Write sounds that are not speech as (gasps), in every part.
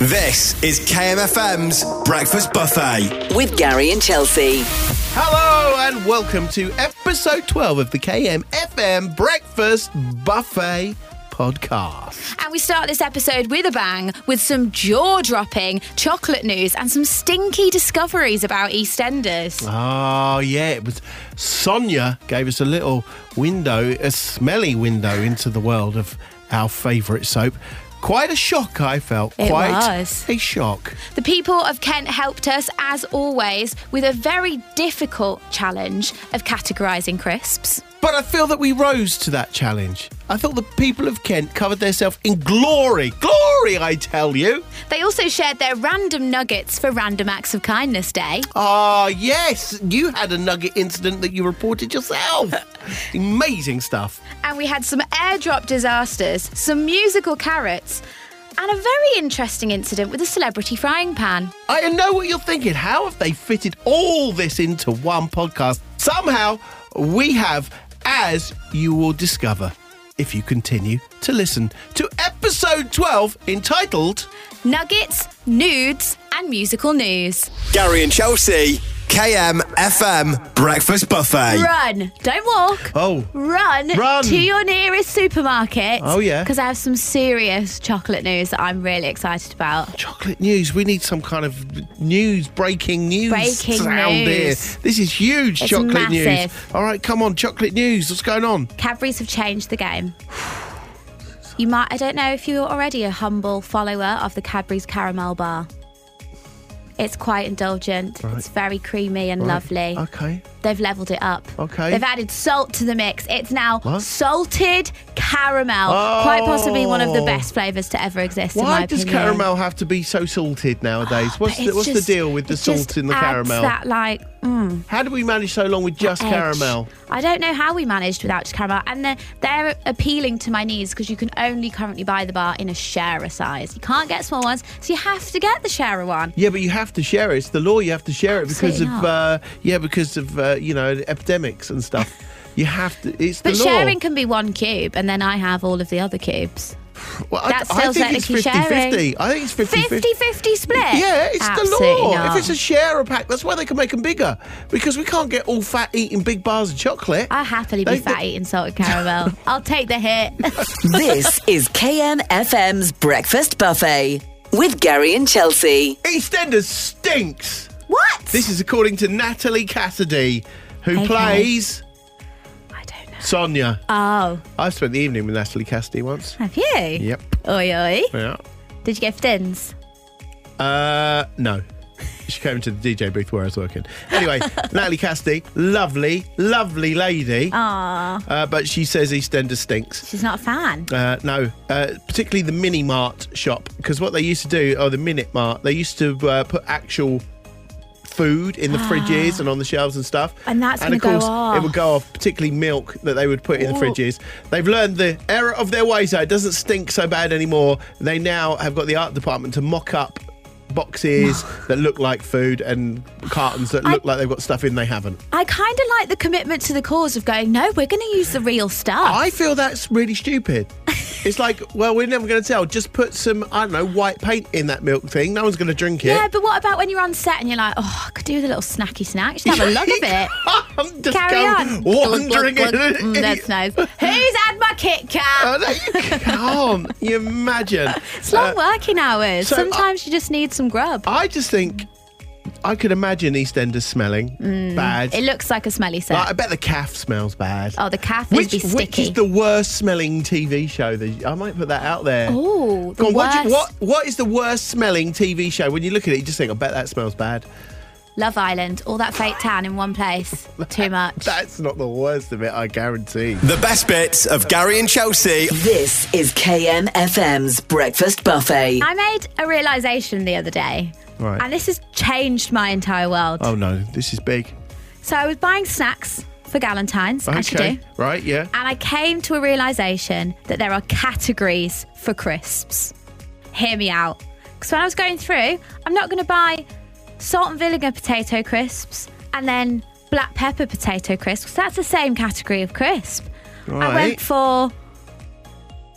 This is KMFM's Breakfast Buffet. with Gary and Chelsea. Hello and welcome to episode 12 of the KMFM Breakfast Buffet podcast. And we start this episode with a bang with some jaw dropping chocolate news and some stinky discoveries about EastEnders. Oh, yeah, it was Sonia gave us a little window, a smelly window into the world of our favourite soap. Quite a shock, I felt. It Quite was. a shock. The people of Kent helped us, as always, with a very difficult challenge of categorising crisps. But I feel that we rose to that challenge. I thought the people of Kent covered themselves in glory. Glory, I tell you. They also shared their random nuggets for Random Acts of Kindness Day. Ah, yes, you had a nugget incident that you reported yourself. (laughs) Amazing stuff. And we had some airdrop disasters, some musical carrots, and a very interesting incident with a celebrity frying pan. I know what you're thinking. How have they fitted all this into one podcast? Somehow, we have, as you will discover if you continue to listen to episode 12 entitled Nuggets, nudes, and musical news. Gary and Chelsea, KMFM Breakfast Buffet. Run. Don't walk. Oh. Run, Run. to your nearest supermarket. Oh, yeah. Because I have some serious chocolate news that I'm really excited about. Chocolate News. We need some kind of news, breaking news Breaking sound news. here. This is huge It's chocolate news. massive. All right, come on, chocolate news. What's going on? Cadbury's have changed the game. You might, I don't know if you're already a humble follower of the Cadbury's Caramel Bar. It's quite indulgent. It's very creamy and lovely. Okay. They've leveled it up. Okay. They've added salt to the mix. It's now What? salted caramel. Quite possibly one of the Oh. best flavours to ever exist, in Why my does opinion. Ah, caramel have to be so salted nowadays? But what's the, it's what's just- the deal with the it just salt in the adds caramel? That like mm, How do we manage so long with just edge. caramel? I don't know how we managed without caramel, and they're, they're appealing to my needs because you can only currently buy the bar in a sharer size. You can't get small ones, so you have to get the sharer one. Yeah, but you have to share it. It's the law. You have to share it because Absolutely of uh, not. yeah, because of uh, you know epidemics and stuff. you have to. It's the But law. sharing can be one cube, and then I have all of the other cubes. well, that's I, I still think it's 50 technically sharing. 50. I think it's 50 50 50 split. Yeah, it's Absolutely the law. Not. If it's a share a pack, that's why they can make them bigger because we can't get all fat eating big bars of chocolate. I happily They- be they- fat eating (laughs) salted caramel. I'll take the hit. This is KMFM's Breakfast Buffet with Gary and Chelsea. EastEnders stinks. what? This is according to Natalie Cassidy, who Okay. plays I don't know. Sonia. Oh, I spent the evening with Natalie Cassidy once. have you? Yep. Oi, oi. Yeah. Did you get fins? Uh, no. She came to the DJ booth where I was working. (laughs) Anyway, Natalie Cassidy, lovely, lovely lady. Aww. Uh, but she says EastEnders stinks. She's not a fan. Uh, no, uh, particularly the mini mart shop because what they used to do, or the minute mart, they used to uh, put actual food in the fridges and on the shelves and stuff. Ah. And that's and of gonna go course it would off. go off, particularly milk that they would put in the Ooh. fridges. They've learned the error of their ways. So it doesn't stink so bad anymore. They now have got the art department to mock up. (sighs) Boxes that look like food and cartons that look like they've got stuff in they haven't. I kind of like the commitment to the cause of going, no, we're going to use the real stuff. I feel that's really stupid. it's like, well, we're never going to tell. Just put some, I don't know, white paint in that milk thing. No one's going to drink it. yeah, but what about when you're on set and you're like, oh, I could do with a little snacky snack. Just have a lug of it. I'm (laughs) just Carry going (laughs) on. wandering Glug, glug, glug. in. Mm, (laughs) that's nice. Who's had my Kit Oh, Kat? no, you (laughs) can't. you imagine. It's long working hours. uh, so uh, I- Sometimes you just need some grub. I just think I could imagine EastEnders smelling bad. Mm, it looks like a smelly set. Like, I bet the calf smells bad. oh, the calf which, is be which sticky. is the worst smelling TV show? That I might put that out there. Oh, the Go on, what, do you- worst. what what is the worst smelling TV show? When you look at it, you just think, I bet that smells bad. (laughs) Love Island, all that fake tan in one (laughs) place. Too much. That's not the worst of it, I guarantee. The best bits of Gary and Chelsea. This is KMFM's Breakfast Buffet. I made a realization the other day. Right. And this has changed my entire world. Oh no, this is big. So I was buying snacks for Galentine's, as you do. Okay. Right, yeah. And I came to a realization that there are categories for crisps. Hear me out. Because when I was going through, I'm not going to buy salt and vinegar potato crisps and then black pepper potato crisps. That's the same category of crisp. I Right. went for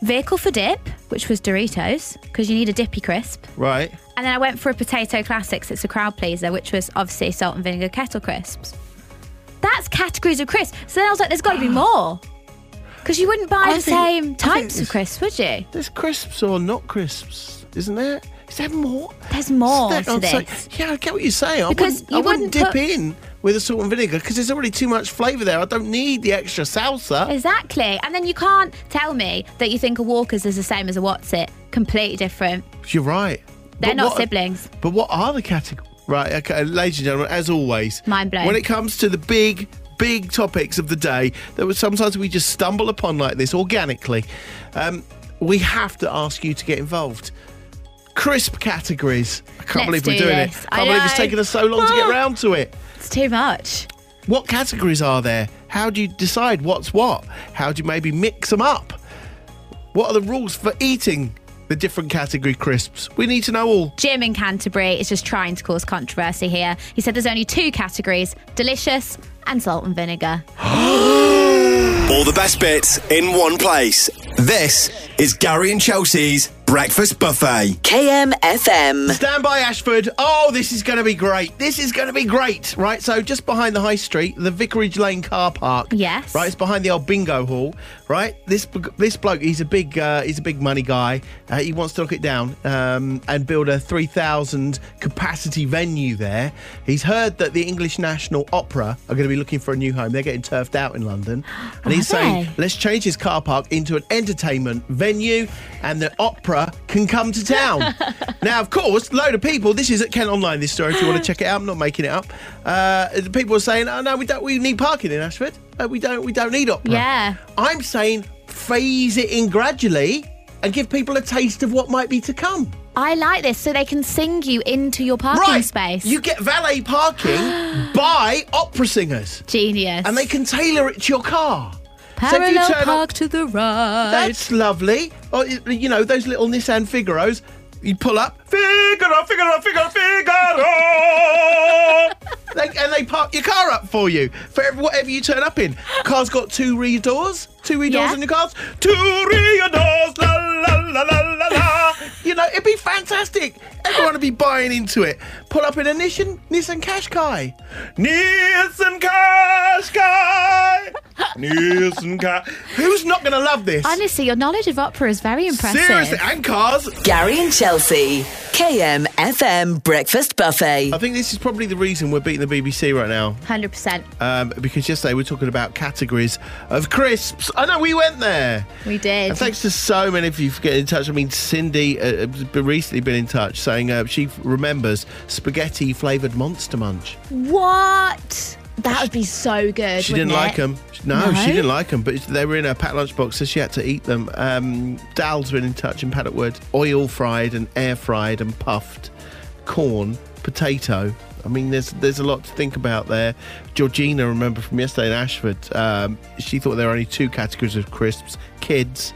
vehicle for dip. which was Doritos, because you need a dippy crisp. Right. And then I went for a potato classics. It's a crowd pleaser, which was obviously salt and vinegar kettle crisps. That's categories of crisps. So then I was like, there's got to (gasps) be more. Because you wouldn't buy I the think- I same think types it's- of crisps, would you? There's crisps or not crisps, isn't there? Is there more? There's more Is to I'm sorry- this. yeah, I get what you're saying. I Because wouldn't, I you wouldn't wouldn't dip put- in with a salt and vinegar because there's already too much flavour there. I don't need the extra salsa. Exactly. And then you can't tell me that you think a Walker's is the same as a What's It. Completely different. You're right. They're But not what- siblings. But what are the categories? Right, okay, ladies and gentlemen, as always, Mind blown. When it comes to the big, big topics of the day that was sometimes we just stumble upon like this organically, um, we have to ask you to get involved. Crisp categories. I can't Let's believe we're do doing this. it. I Can't believe it's know. taken us so long to get Ah. round to it. It's too much. What categories are there? How do you decide what's what? How do you maybe mix them up? What are the rules for eating the different category crisps? We need to know all. Jim in Canterbury is just trying to cause controversy here. He said there's only two categories delicious and salt and vinegar. All the best bits in one place. This is Gary and Chelsea's Breakfast Buffet. KMFM. Stand by, Ashford. Oh, this is going to be great. This is going to be great. Right, so just behind the high street, the Vicarage Lane car park. Yes. Right, it's behind the old bingo hall. Right, this b- this bloke, he's a big uh, he's a big money guy. Uh, he wants to knock it down um, and build a three thousand capacity venue there. He's heard that the English National Opera are going to be looking for a new home. They're getting turfed out in (gasps) London, and Are he's saying they? let's change his car park into an entertainment venue and the opera can come to (laughs) town. now, of course, load of people, this is at Kent Online, this story, if you want to check it out, I'm not making it up. Uh, the people are saying, oh, no, we don't, we need parking in Ashford. No, we don't, we don't need opera. Yeah. I'm saying phase it in gradually and give people a taste of what might be to come. I like this so they can sing you into your parking right. space. You get valet parking (gasps) by opera singers. Genius. And they can tailor it to your car. So if you Parallel turn up- park to the right. That's lovely. Or, you know, those little Nissan Figaros, you pull up, Figaro, Figaro, Figaro, (laughs) Figaro. they, and they park your car up for you for ev- whatever you turn up in. Car's got two rear doors, two rear doors Yeah. in the cars, two rear doors, la la la la la la. You know, it'd be fantastic. Everyone would be buying into it. Pull up in a Nissan, Nissan Qashqai. Nissan (laughs) Qashqai. Nissan Qashqai. Who's not going to love this? Honestly, your knowledge of opera is very impressive. Seriously, and cars. Gary and Chelsea. KMFM Breakfast Buffet. I think this is probably the reason we're beating the BBC right now. 100%. Um, because yesterday we were talking about categories of crisps. I know we went there. We did. And thanks to so many of you for getting in touch. I mean, Cindy uh, uh, b- recently been in touch saying uh, she f- remembers spaghetti flavoured Monster Munch. What? That would be so good. She didn't wouldn't like it? them. No, No? she didn't like them, but they were in her packed lunchbox, so she had to eat them. Um, Dal's been in touch in Paddockwood. Oil fried and air fried and puffed. Corn, potato. I mean, there's there's a lot to think about there. Georgina, remember from yesterday in Ashford, um, she thought there were only two categories of crisps kids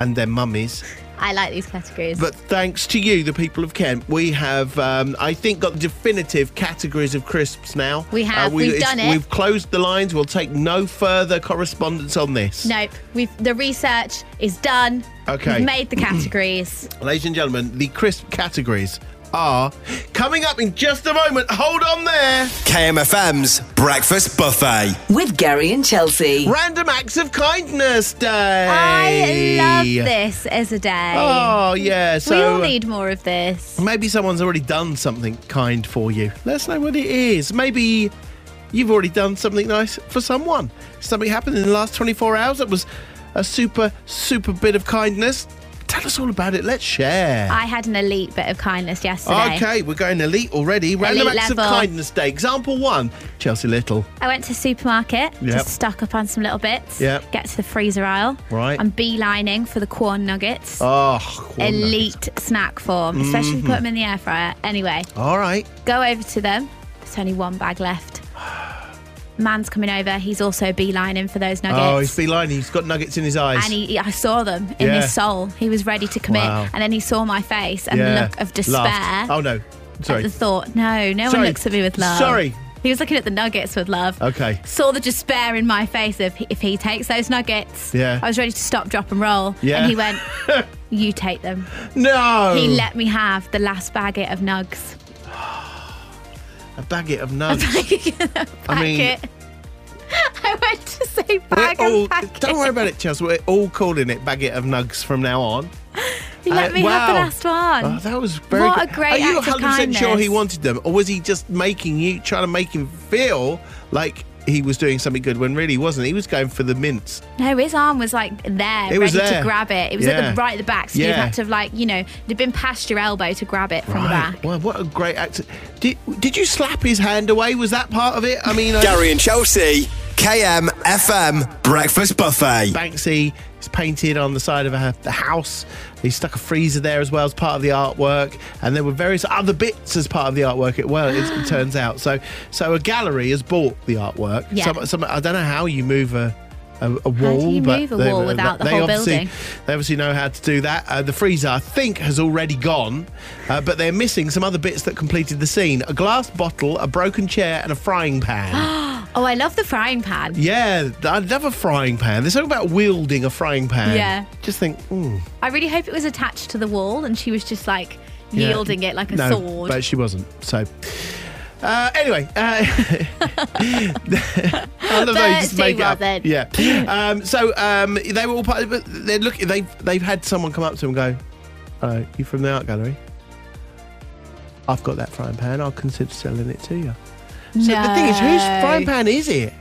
and their mummies. I like these categories. But thanks to you, the people of Kent, we have, um, I think, got the definitive categories of crisps now. Uh, We have. We've it's- done it. We've closed the lines. We'll take no further correspondence on this. nope. We've the research is done. Okay. We've made the (clears throat) categories. Ladies and gentlemen, the crisp categories are coming up in just a moment. Hold on there. KMFM's Breakfast Buffet. With Gary and Chelsea. Random acts of kindness day. I love this as a day. Oh, yeah. So. we all need more of this. Maybe someone's already done something kind for you. Let us know what it is. Maybe you've already done something nice for someone. Something happened in the last 24 hours that was a super, super bit of kindness. Tell us all about it. Let's share. I had an elite bit of kindness yesterday. Okay, we're going elite already. Random Elite acts of level. kindness day. Example one Chelsea Little. I went to supermarket Yep. to stock up on some little bits. Yep. Get to the freezer aisle. Right. I'm beelining for the corn nuggets. Oh, corn nuggets. Mm-hmm. elite snack form, especially if you put them in the air fryer. Anyway, All right. go over to them. There's only one (sighs) bag left. Man's coming over. He's also beelining for those nuggets. Oh, he's beelining. He's got nuggets in his eyes. and he, I saw them in Yeah. his soul. He was ready to commit. Wow. And then he saw my face and the Yeah. look of despair Laughed. Oh, no. at Sorry. the thought, no, no Sorry. one looks at me with love. Sorry. He was looking at the nuggets with love. Okay. Saw the despair in my face of if he takes those nuggets. Yeah. I was ready to stop, drop, and roll. Yeah. (laughs) And he went, You take them. No. He let me have the last bagget of nugs. (laughs) a bagget of nuts. Packet. I mean- (laughs) I went to We're say bag all, and packet. don't worry about it, Chelsea. We're all calling it bagget of nugs from now on. He let Uh, me have wow. the last one. Oh, that was very. What good. a great Are you act of kindness. sure he wanted them, or was he just making you trying to make him feel like he was doing something good when really he wasn't? He was going for the mints. No, his arm was like there, It ready was there. to grab it. It was Yeah. at the right at the back, so you Yeah. had to have like you know, it had been past your elbow to grab it from the back. Well, what a great actor. Did did you slap his hand away? Was that part of it? I mean, I- Gary and Chelsea, KM FM Breakfast Buffet. Banksy is painted on the side of a, the house. He stuck a freezer there as well as part of the artwork, and there were various other bits as part of the artwork. It well, it, (gasps) it turns out. So, so a gallery has bought the artwork. Yeah. Some, some, I don't know how you move a. A, a wall, you but move a they- wall without the they whole obviously- building? They obviously know how to do that. Uh, the freezer, I think, has already gone, uh, but they're missing some other bits that completed the scene: a glass bottle, a broken chair, and a frying pan. (gasps) Oh, I love the frying pan. Yeah, I'd love a frying pan. There's something about wielding a frying pan. Yeah. Just think, mm, I really hope it was attached to the wall, and she was just like yeah. yielding it like a no, sword. But she wasn't. So. Uh, anyway, uh, (laughs) I love how you Birds just do make it well up. then. Yeah. Um, so um, they were all part. But they're looking. They've they've had someone come up to them and go, "Hello, you from the art gallery? I've got that frying pan. I'll consider selling it to you." So the thing is, whose No. frying pan is it?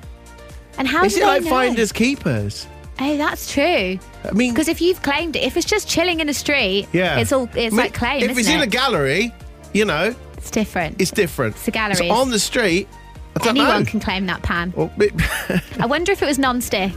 and how Is did it they like know? finders keepers? Oh, that's I true. mean, Because if you've claimed it, if it's just chilling in the street, Yeah. it's all it's I mean, like claim, If isn't it's it? in a gallery, you know, it's different. it's different. a gallery. It's on the street, I don't Anyone know. can claim that pan. Well, it- I wonder if it was non-stick.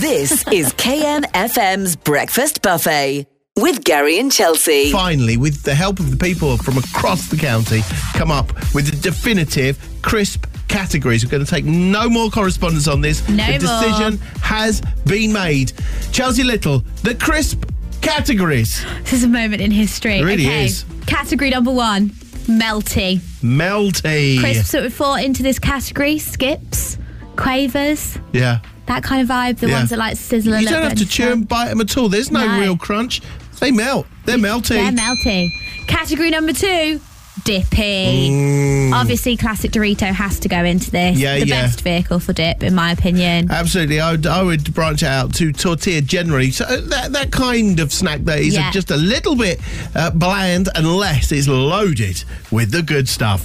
This is KM FM's Breakfast Buffet with Gary and Chelsea. (laughs) Finally, with the help of the people from across the county, come up with the definitive crisp categories. We're going to take no more correspondence on this. No the more. decision has been made. Chelsea Little, the crisp categories. This is a moment in history. It really okay. is. Category number one, melty. Melty. Crisps that would fall into this category, skips, quavers, Yeah. that kind of vibe, the Yeah. ones that like sizzle a You little don't have bit to and chew and bite them at all. There's no, No. real crunch. They melt. They're melty. stuff. They're melty. Category number two, dippy. Obviously, classic Dorito has to go into this. Mm. Yeah, the yeah. best vehicle for dip, in my opinion. Absolutely, I would, I would branch out to tortilla generally. So uh, that that kind of snack that is Yeah. just a little bit uh, bland unless it's loaded with the good stuff.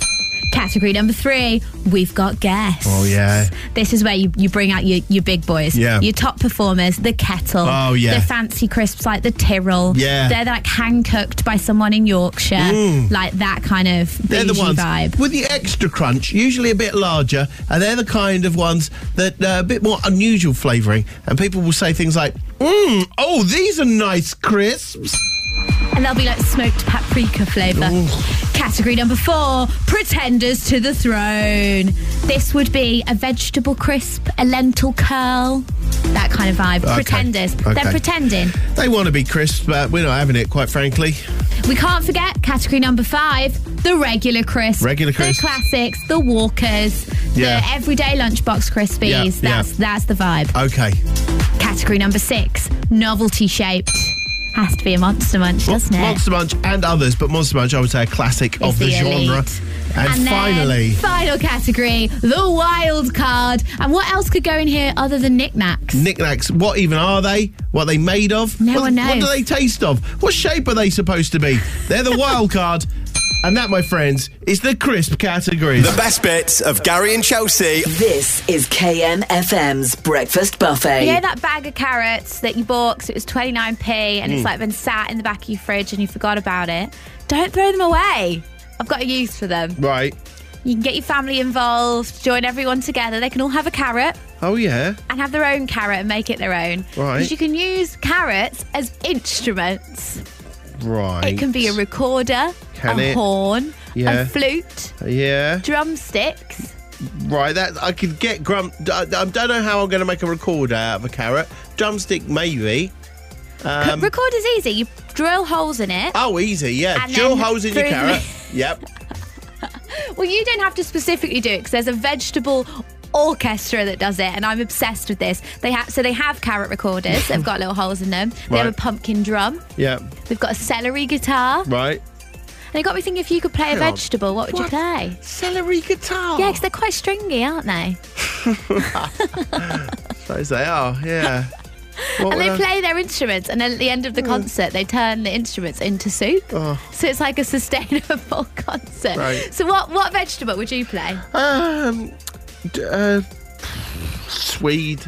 Category number three, we've got guests. Oh, yeah. This is where you, you bring out your, your big boys. Yeah. Your top performers, the kettle. Oh, yeah. The fancy crisps like the Tyrrell. Yeah. Mm. They're like hand cooked by someone in Yorkshire. Like that kind of They're the bougie ones vibe. with the extra crunch, usually a bit larger, and they're the kind of ones that uh, a bit more unusual flavouring. And people will say things like, mm, "Oh, these are nice crisps." And they'll be like smoked paprika flavour. Category number four, pretenders to the throne. This would be a vegetable crisp, a lentil curl, that kind of vibe. Pretenders. Okay. They're pretending. They want to be crisp, but we're not having it, quite frankly. We can't forget category number five, the regular crisp. Regular crisp. The classics, the walkers, Yeah. the everyday lunchbox crispies. Yeah, yeah. that's that's the vibe. Okay, Category number six, novelty shaped. Has to be a monster munch, doesn't it? Monster Munch and others, but Monster Munch, I would say, a classic Is of the, genre. elite. And, then finally, final category, the wild card. And what else could go in here other than knickknacks? knickknacks. What even are they? What are they made of? No what, one What do knows. they taste of? What shape are they supposed to be? They're the (laughs) wild card. And that, my friends, is the crisp categories. The best bits of Gary and Chelsea. This is KM FM's Breakfast Buffet. You know that bag of carrots that you bought 'cause it was 29p Hmm. and it's like been sat in the back of your fridge and you forgot about it? Don't throw them away. I've got a use for them. right. You can get your family involved, join everyone together. They can all have a carrot Oh, yeah. and have their own carrot and make it their own. Right. Because you can use carrots as instruments. Right. It can be a recorder, Can a it? horn, Yeah. a flute, Yeah. drumsticks. Right. That I could get grump. I, I don't know how I'm going to make a recorder out of a carrot. Drumstick, maybe. Um, Record is easy. You drill holes in it. oh, easy. Yeah. And Drill then holes in your through the- carrot. yep. Well, you don't have to specifically do it because there's a vegetable orchestra that does it, and I'm obsessed with this. They have so they have carrot recorders. They've got little holes in them. They have Right. a pumpkin drum. Yeah. They've got a celery guitar. Right. And it got me thinking: if you could play a Hang on. vegetable, what would you What? play? Celery guitar. Yeah, because they're quite stringy, aren't they? Those they are. (laughs) Yeah. What And would they I- play their instruments, and then at the end of Mm. the concert, they turn the instruments into soup. So it's like a sustainable (laughs) concert. Oh. Right. So what what vegetable would you play? Um. d- uh, Swede.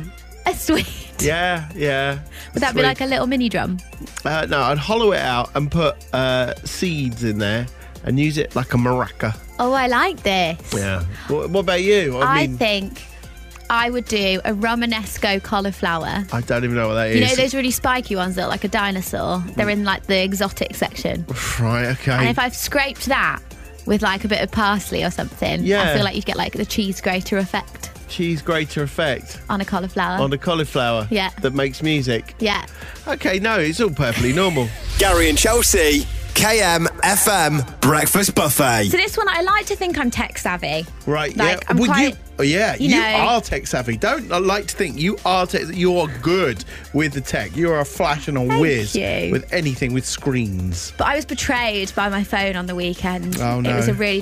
A sweet. Yeah. Yeah. Would that be like a little mini drum? Uh, no, I'd hollow it out and put uh, seeds in there and use it like a maraca. Oh, I like this. Yeah. What, what about you? I think I would do a Romanesco cauliflower. I don't even know what that is. You know those really spiky ones that are like a dinosaur? They're in like the exotic section. (laughs) right. And Okay. if I've scraped that with like a bit of parsley or something, Yeah. I feel like you'd get like the cheese grater effect Cheese grater effect on a cauliflower. on a cauliflower. Yeah. That makes music. yeah. Okay. No, it's all perfectly normal. Gary and Chelsea, KMFM Breakfast Buffet. So this one, I like to think I'm tech savvy. Right. Like, yeah. I'm Well, quite- you, oh, yeah. You, you know- are tech savvy. Don't I like to think you are tech. You're good with the tech. You're a flash and a whiz you. with anything with screens. But I was betrayed by my phone on the weekend. Oh, no. It was a really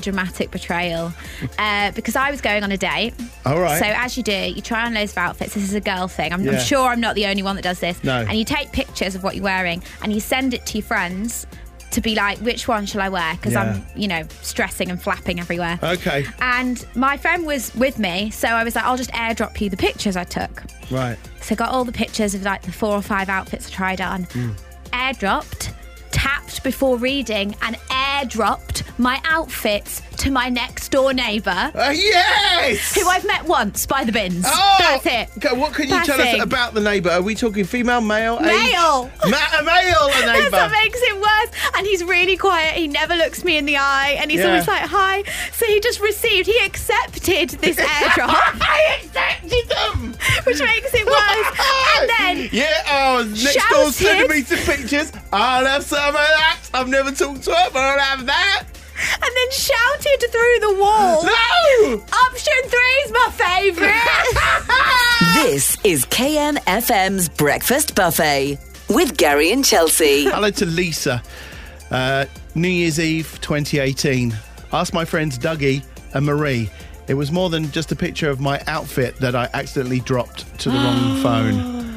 (laughs) dramatic betrayal uh, because I was going on a date. All right. So as you do, you try on loads of outfits. This is a girl thing. I'm, I'm Yeah. sure I'm not the only one that does this. No. And you take pictures of what you're wearing and you send it to your friends to be like, which one shall I wear? Because I'm, Yeah. you know, stressing and flapping everywhere. Okay. And my friend was with me, so I was like, I'll just airdrop you the pictures I took. Right. So I got all the pictures of like the four or five outfits I tried on, Mm. airdropped, tapped before reading, and airdropped my outfits to my next door neighbour, Uh, yes. who I've met once by the bins. Oh, That's it. Okay, what can you tell us Passing. about the neighbour? Are we talking female, male, age? Male. Ma- a male a (laughs) That's what neighbour. makes it worse. And he's really quiet. He never looks me in the eye. And he's Yeah. always like, hi. So he just received, he accepted (laughs) this airdrop. I accepted them. (laughs) Which (laughs) makes it worse. and then yeah, oh, next door Shouted. sending me some pictures. I'll have some of that. I've never talked to her, but I'll have that. and then shouted through the wall. No! Option three is (laughs) my favourite. This is KMFM's Breakfast Buffet with Gary and Chelsea. (laughs) Hello to Lisa. Uh, New Year's Eve 2018. Asked my friends Dougie and Marie. It was more than just a picture of my outfit that I accidentally dropped to the (gasps) wrong phone.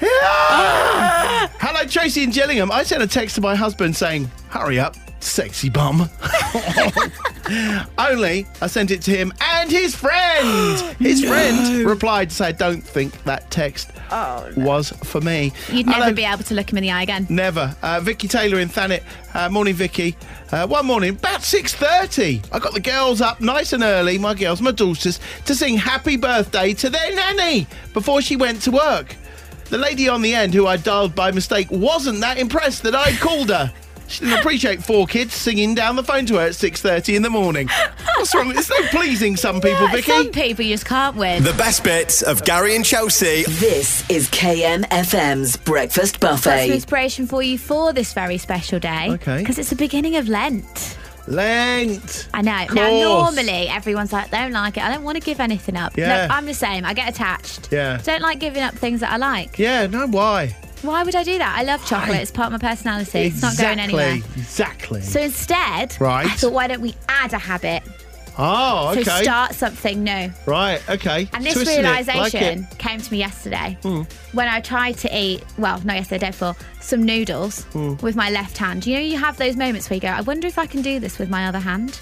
Hello, Tracy and Gillingham. I sent a text to my husband saying, Hurry up, sexy bum. (laughs) Only I sent it to him and his (gasps) friend. His friend replied to say, Don't think that text was for me. You'd never Hello, be able to look him in the eye again. Never. Uh, Vicky Taylor in Thanet. Uh, morning, Vicky. Uh, one morning, about six thirty, I got the girls up nice and early. My girls, my daughters, to sing "Happy Birthday" to their nanny before she went to work. The lady on the end, who I dialed by mistake, wasn't that impressed that I'd called her. She didn't appreciate four kids singing down the phone to her at six thirty in the morning. What's wrong? It's no pleasing some people, Vicky. Some people you just can't win. The best bits of Gary and Chelsea. This is KMFM's Breakfast Got some Buffet. inspiration for you for this very special day. Okay. Because it's the beginning of Lent. Lent. I know. Of Now, course. normally everyone's like, don't like it. I don't want to give anything up. Yeah. Look, I'm the same. I get attached. Yeah. Don't like giving up things that I like. Yeah. No. Why? Why would I do that? I love chocolate. It's part of my personality. It's not going anywhere. Exactly. So instead, Right. I thought, why don't we add a habit? oh, So okay. start something new. Right, okay. And this Twisting it, Hmm. like realization it. came to me yesterday when I tried to eat, well, not yesterday, the day before, some noodles Hmm. with my left hand. You know, you have those moments where you go, I wonder if I can do this with my other hand.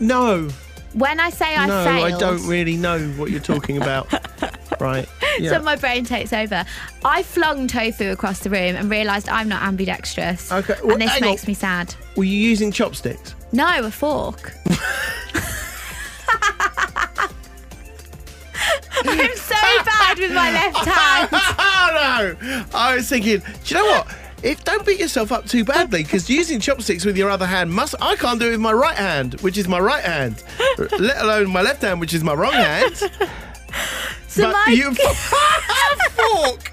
No, When I say I no, failed, I don't really know what you're talking (laughs) about. right. Yeah. so my brain takes over. I flung tofu across the room and realized I'm not ambidextrous. Okay, well, and this hang on. makes me sad. Were you using chopsticks? (laughs) No, a fork. (laughs) I'm so bad with my (laughs) left hand. oh, no. I was thinking, do you know what? If don't beat yourself up too badly because using chopsticks with your other hand must. I can't do it with my right hand, which is my right (laughs) hand, let alone my left hand, which is my wrong hand. So but my you (laughs) fork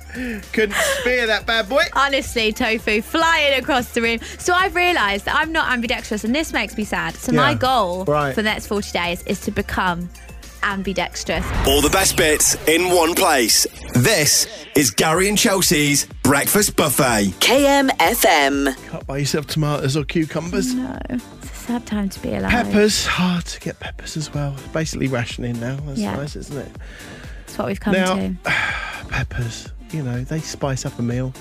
couldn't spear that bad boy. honestly tofu flying across the room so i've realized that i'm not ambidextrous and this makes me sad so Yeah. my goal Right. for the next 40 days is to become ambidextrous. All the best bits in one place. This is Gary and Chelsea's Breakfast Buffet. KMFM. Can't buy yourself tomatoes or cucumbers. No, it's a sad time to be alive. Peppers, hard to get peppers as well. Basically rationing now. That's Yeah. nice, isn't it? That's what we've come Now- to. Peppers, you know, they spice up a meal.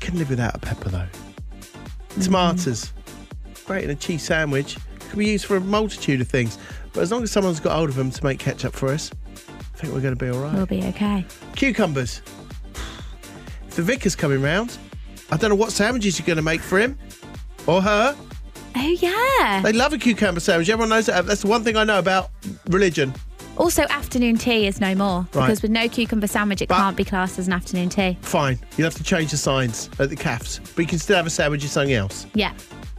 Can live without a pepper though. Tomatoes, great in a cheese sandwich. Can be used for a multitude of things. But as long as someone's got hold of them to make ketchup for us, I think we're going to be all right. We'll be okay. Cucumbers. If the vicar's coming round, I don't know what sandwiches you're going to make for him or her. Oh yeah. They love a cucumber sandwich. Everyone knows that. That's the one thing I know about religion. Also, afternoon tea is no more Right. because with no cucumber sandwich, it But- can't be classed as an afternoon tea. Fine, you'll have to change the signs at the cafes, but you can still have a sandwich or something else. Yeah.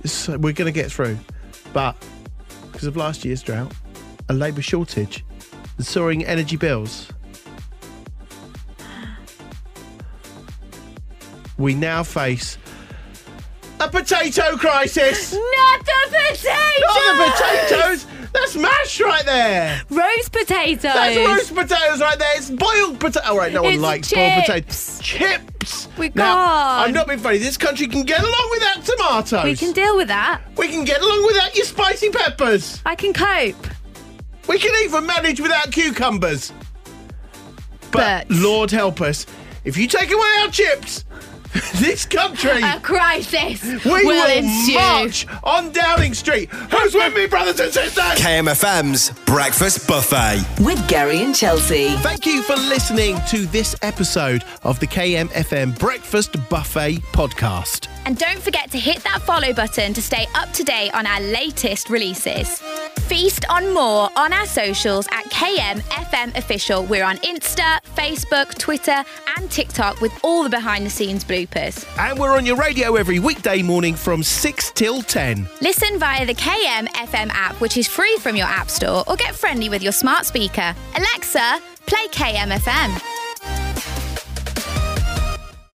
So we're going to get through. But because of last year's drought, a labour shortage, and soaring energy bills, we now face a potato (laughs) crisis. Not the potato. Not the potatoes. That's mash right there. Roast potatoes. That's roast potatoes right there. It's boiled potato. All right, no one It's likes boiled potatoes. chips. Chips. We Now, can't. I'm not being funny. This country can get along without tomatoes. We can deal with that. we can get along without your spicy peppers. I can cope. We can even manage without cucumbers. But, But- Lord help us, if you take away our chips, (laughs) this country. A crisis we Uh, will, will ensue. march on Downing Street. Who's with me, brothers and sisters? KMFM's Breakfast Buffet. With Gary and Chelsea. Thank you for listening to this episode of the KMFM Breakfast Buffet podcast. And don't forget to hit that follow button to stay up to date on our latest releases. Feast on more on our socials at KMFM Official. We're on Insta, Facebook, Twitter, and TikTok with all the behind the scenes bloopers. And we're on your radio every weekday morning from 6 till 10. Listen via the KMFM app, which is free from your App Store, or get friendly with your smart speaker. Alexa, play KMFM.